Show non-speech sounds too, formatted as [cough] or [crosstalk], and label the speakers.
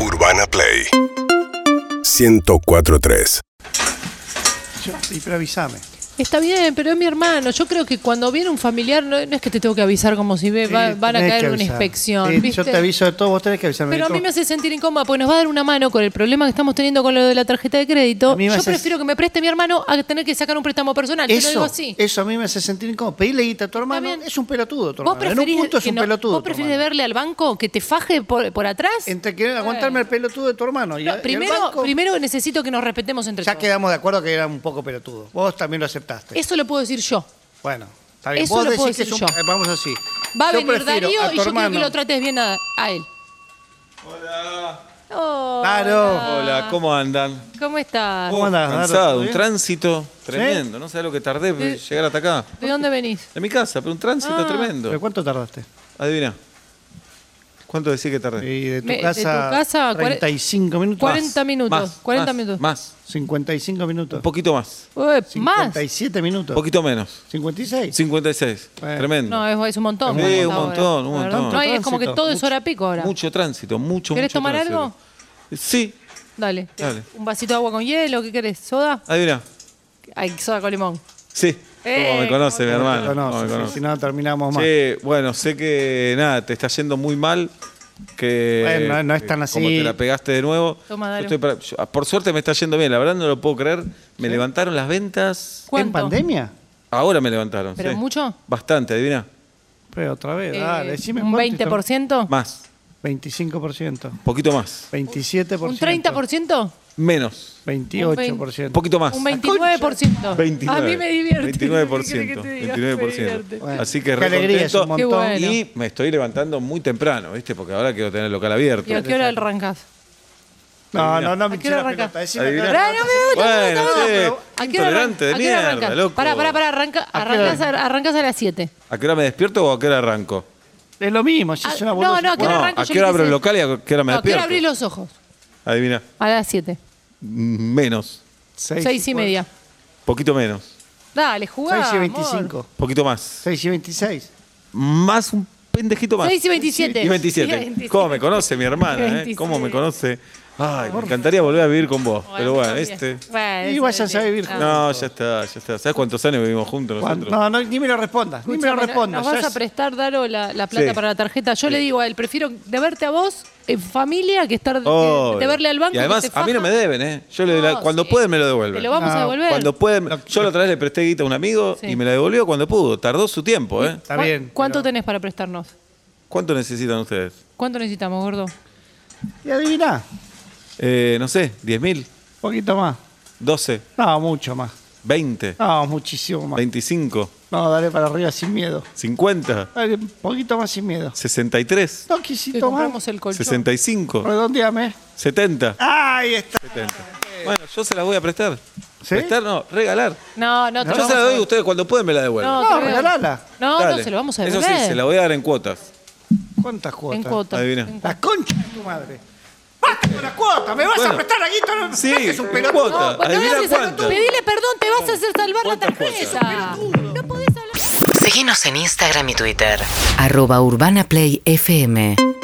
Speaker 1: Urbana Play 104.3
Speaker 2: Yo, y pero avísame.
Speaker 3: Está bien, pero es mi hermano. Yo creo que cuando viene un familiar, no, no es que te tengo que avisar como si ve, Eh, va-
Speaker 2: Sí,
Speaker 3: van a
Speaker 2: tenés
Speaker 3: caer
Speaker 2: que
Speaker 3: una
Speaker 2: avisar.
Speaker 3: inspección.
Speaker 2: Sí,
Speaker 3: ¿viste?
Speaker 2: Yo te aviso de todo, vos tenés que avisarme.
Speaker 3: Pero a
Speaker 2: de
Speaker 3: mí
Speaker 2: todo.
Speaker 3: me hace sentir incómoda porque nos va a dar una mano con el problema que estamos teniendo con lo de la tarjeta de crédito.
Speaker 2: A mí me
Speaker 3: Yo
Speaker 2: hace-
Speaker 3: prefiero que me preste mi hermano a tener que sacar un préstamo personal. te lo digo
Speaker 2: Eso,
Speaker 3: así.
Speaker 2: eso a mí me hace sentir incómodo. Pedirle guita a tu hermano
Speaker 3: bien.
Speaker 2: es un pelotudo, tu
Speaker 3: ¿Vos
Speaker 2: hermano. En un
Speaker 3: preferís,
Speaker 2: punto es
Speaker 3: que
Speaker 2: un
Speaker 3: no-
Speaker 2: pelotudo.
Speaker 3: vos
Speaker 2: tu
Speaker 3: preferís
Speaker 2: hermano.
Speaker 3: verle al banco que te faje por, por atrás?
Speaker 2: Entre querer aguantarme el pelotudo de tu hermano y, y
Speaker 3: No,
Speaker 2: el
Speaker 3: primero,
Speaker 2: banco,
Speaker 3: primero necesito que nos respetemos entre
Speaker 2: ya
Speaker 3: todos.
Speaker 2: quedamos de acuerdo que era un poco pelotudo. Vos también lo aceptaste.
Speaker 3: Eso lo puedo decir yo.
Speaker 2: bueno, está bien.
Speaker 3: eso
Speaker 2: vos
Speaker 3: lo puedo
Speaker 2: decís que es un eh,
Speaker 3: decir yo.
Speaker 2: vamos así.
Speaker 3: Va a
Speaker 2: Yo
Speaker 3: venir
Speaker 2: prefiero
Speaker 3: Darío
Speaker 2: a
Speaker 3: y
Speaker 2: tu
Speaker 3: yo quiero que
Speaker 2: hermano.
Speaker 3: lo trates bien a, a él. Oh. Hola.
Speaker 2: Claro.
Speaker 4: Hola, ¿cómo andan?
Speaker 3: ¿Cómo
Speaker 4: Oh,
Speaker 3: estás?
Speaker 2: ¿Cómo andás, Nardo?
Speaker 4: Cansado,
Speaker 2: ¿Todo
Speaker 4: un
Speaker 2: bien?
Speaker 4: tránsito tremendo. No sé lo que tardé para
Speaker 3: Sí.
Speaker 4: llegar hasta acá.
Speaker 3: ¿De dónde venís?
Speaker 4: De mi casa, pero un tránsito tremendo.
Speaker 2: ¿Pero cuánto tardaste?
Speaker 4: Adivina. ¿Cuánto decís que tardé?
Speaker 2: Y de tu
Speaker 3: Me- de
Speaker 2: casa,
Speaker 3: tu casa, cuare-
Speaker 2: 35 minutos.
Speaker 3: 40 minutos, 40
Speaker 4: más,
Speaker 3: minutos.
Speaker 4: Más,
Speaker 2: 55
Speaker 4: un
Speaker 2: minutos.
Speaker 4: poquito más,
Speaker 3: Ué, ¿Más?
Speaker 2: 57 minutos.
Speaker 4: un poquito menos.
Speaker 2: 56.
Speaker 4: 56,
Speaker 2: Bueno.
Speaker 4: tremendo.
Speaker 3: No, es, es un montón.
Speaker 4: Sí,
Speaker 3: Vamos,
Speaker 4: un
Speaker 3: ahora.
Speaker 4: montón, un
Speaker 3: La verdad,
Speaker 4: montón.
Speaker 3: No, hay- es como que
Speaker 2: Tránsito.
Speaker 3: todo es hora pico ahora.
Speaker 4: Mucho tránsito, mucho,
Speaker 3: ¿Querés
Speaker 4: mucho
Speaker 3: tomar
Speaker 4: tránsito.
Speaker 3: algo?
Speaker 4: Sí,
Speaker 3: Dale.
Speaker 4: Dale.
Speaker 3: Un vasito de agua con hielo, ¿qué querés? ¿Soda?
Speaker 4: adivina.
Speaker 3: Ay, soda con limón.
Speaker 4: Sí,
Speaker 3: Eh,
Speaker 4: como me conoce mi
Speaker 2: Te
Speaker 4: hermano.
Speaker 2: conoces,
Speaker 4: cómo me
Speaker 2: sí,
Speaker 4: conoce.
Speaker 2: si no terminamos más.
Speaker 4: Che, bueno, sé que nada, te está yendo muy mal. Que,
Speaker 2: Bueno, no- no es tan
Speaker 4: que
Speaker 2: así.
Speaker 4: Como te la pegaste de nuevo.
Speaker 3: Toma,
Speaker 4: Yo
Speaker 3: dale.
Speaker 4: estoy para- yo- por suerte me está yendo bien, la verdad no lo puedo creer. Me levantaron las ventas.
Speaker 3: ¿Cuánto?
Speaker 2: ¿En pandemia?
Speaker 4: Ahora me levantaron.
Speaker 3: ¿Pero
Speaker 4: sí.
Speaker 3: mucho?
Speaker 4: Bastante, adivina.
Speaker 2: Pero otra vez,
Speaker 3: Eh,
Speaker 2: dale, decime
Speaker 3: ¿Un
Speaker 2: cuánto está-
Speaker 3: 20%?
Speaker 4: Más,
Speaker 2: 25%,
Speaker 4: poquito más.
Speaker 2: 27%.
Speaker 3: ¿Un 30%?
Speaker 4: Menos, un
Speaker 2: 28%.
Speaker 4: poquito más.
Speaker 3: Un 29%.
Speaker 4: 29.
Speaker 3: A mí me divierte. ¿Qué querés
Speaker 4: 29%.
Speaker 3: que te diga? Me
Speaker 4: 29%.
Speaker 3: divierte.
Speaker 2: Bueno,
Speaker 4: Así que
Speaker 2: qué alegría, es un
Speaker 4: recontento.
Speaker 2: montón.
Speaker 3: Qué bueno.
Speaker 4: Y me estoy levantando muy temprano, ¿viste? Porque ahora quiero tener el local abierto.
Speaker 3: ¿Y a qué hora arrancás?
Speaker 2: No, no, no, me
Speaker 3: ¿A qué hora
Speaker 2: hinché la
Speaker 3: arranca?
Speaker 2: pelota, decime
Speaker 4: Adivina.
Speaker 2: que-
Speaker 3: Pará, no me-
Speaker 4: Bueno,
Speaker 3: no, no,
Speaker 4: che,
Speaker 3: no.
Speaker 4: qué
Speaker 3: ¿A qué hora
Speaker 4: intolerante
Speaker 3: arranca- a qué
Speaker 4: de
Speaker 3: hora
Speaker 4: mierda,
Speaker 3: arrancás?
Speaker 4: loco.
Speaker 3: Pará, pará, pará, arranca,
Speaker 2: ¿A qué
Speaker 3: arrancás,
Speaker 2: hora?
Speaker 3: a, arrancás a las 7.
Speaker 4: ¿A qué hora me despierto o a qué hora arranco?
Speaker 2: Es lo mismo, si
Speaker 3: Ah,
Speaker 2: es una
Speaker 3: no,
Speaker 2: boludez.
Speaker 3: no, ¿A qué hora
Speaker 4: No,
Speaker 3: arranco?
Speaker 4: ¿A
Speaker 3: Yo
Speaker 4: qué hora
Speaker 3: qué
Speaker 4: abro
Speaker 3: sé.
Speaker 4: el local y a qué hora me
Speaker 3: No, quiero
Speaker 4: despierto?
Speaker 3: abrir los ojos.
Speaker 4: Adivina,
Speaker 3: A las 7.
Speaker 4: mm, menos,
Speaker 2: Seis
Speaker 3: 6 y
Speaker 2: cuarto.
Speaker 3: media.
Speaker 4: poquito menos,
Speaker 3: Dale, jugá.
Speaker 2: 6 y
Speaker 3: amor.
Speaker 2: 25.
Speaker 4: poquito más,
Speaker 2: 6 y 26.
Speaker 4: más un pendejito más.
Speaker 3: 6 y 27.
Speaker 4: Y 27. ¿Cómo me conoce mi hermana? eh?
Speaker 3: 27.
Speaker 4: ¿Cómo me conoce? Ay, me encantaría volver a vivir con vos,
Speaker 3: Bueno,
Speaker 4: pero bueno,
Speaker 3: también.
Speaker 4: este...
Speaker 3: Bueno,
Speaker 2: Y
Speaker 3: eso
Speaker 2: vayan
Speaker 3: también.
Speaker 2: a vivir
Speaker 3: Ah.
Speaker 4: No, ya está, ya está. ¿Sabes cuántos años vivimos juntos
Speaker 2: ¿Cuánto?
Speaker 4: nosotros?
Speaker 2: No, no, ni me lo respondas, ni me lo
Speaker 3: Escuchame,
Speaker 2: respondas.
Speaker 3: ¿Nos
Speaker 2: ya
Speaker 3: vas a
Speaker 2: es-
Speaker 3: prestar, Daro, la, la plata
Speaker 4: Sí.
Speaker 3: para la tarjeta? Yo le digo a él, prefiero de verte a vos en familia que estar
Speaker 4: Oh.
Speaker 3: que- de verle al banco.
Speaker 4: Y además,
Speaker 3: que te
Speaker 4: a mí no
Speaker 3: faja.
Speaker 4: me deben, ¿eh? Yo le-
Speaker 3: No,
Speaker 4: cuando
Speaker 3: sí.
Speaker 4: pueden me lo devuelven.
Speaker 3: Te lo vamos
Speaker 2: No,
Speaker 3: a devolver.
Speaker 4: Cuando pueden, yo la otra vez le presté guita a un amigo
Speaker 3: Sí.
Speaker 4: y me la devolvió cuando pudo. Tardó su tiempo, ¿eh?
Speaker 2: Está
Speaker 3: ¿Cuá-
Speaker 2: bien.
Speaker 3: ¿Cuánto
Speaker 2: pero-
Speaker 3: tenés para prestarnos?
Speaker 4: ¿Cuánto necesitan ustedes?
Speaker 3: ¿Cuánto necesitamos, gordo?
Speaker 2: Y adivina,
Speaker 4: Eh, no sé, 10.000,
Speaker 2: un poquito más.
Speaker 4: 12,
Speaker 2: No, mucho más.
Speaker 4: 20,
Speaker 2: No, muchísimo más.
Speaker 4: 25,
Speaker 2: No, dale para arriba sin miedo.
Speaker 4: 50,
Speaker 2: Dale un poquito más sin miedo.
Speaker 4: 63,
Speaker 2: No
Speaker 3: Te
Speaker 2: quisito más.
Speaker 3: compramos el colchón. Ah.
Speaker 4: 65,
Speaker 2: Redondeame.
Speaker 4: 70.
Speaker 2: Ahí está.
Speaker 4: Bueno, yo se la voy a prestar.
Speaker 2: ¿Sí?
Speaker 4: Prestar, no, regalar.
Speaker 3: No, no, te lo
Speaker 4: Yo se la
Speaker 3: vamos a
Speaker 4: doy a ustedes cuando pueden me la devuelven.
Speaker 3: No,
Speaker 2: No,
Speaker 3: te veo.
Speaker 2: regalala.
Speaker 3: No,
Speaker 4: Dale.
Speaker 3: no, se lo vamos a
Speaker 4: Eso
Speaker 3: devolver.
Speaker 4: sí, se la voy a dar
Speaker 3: [laughs]
Speaker 4: en cuotas.
Speaker 2: ¿Cuántas cuotas?
Speaker 3: En cuota.
Speaker 4: Adivina.
Speaker 3: En-
Speaker 2: La concha de tu madre. ¡Basta con las cuotas! ¡Me vas
Speaker 4: Bueno.
Speaker 2: a prestar aquí todo el
Speaker 4: Sí,
Speaker 2: es un
Speaker 4: en
Speaker 2: pelotudo.
Speaker 4: cuota.
Speaker 3: Bueno,
Speaker 4: Adivina
Speaker 3: gracias a-
Speaker 4: cuánto.
Speaker 3: Pedile perdón, te vas a hacer salvar la
Speaker 4: ¿Cuántas cosas?
Speaker 3: tarjeta. No podés hablar.
Speaker 5: Seguinos en Instagram y Twitter. Arroba Urbana Play FM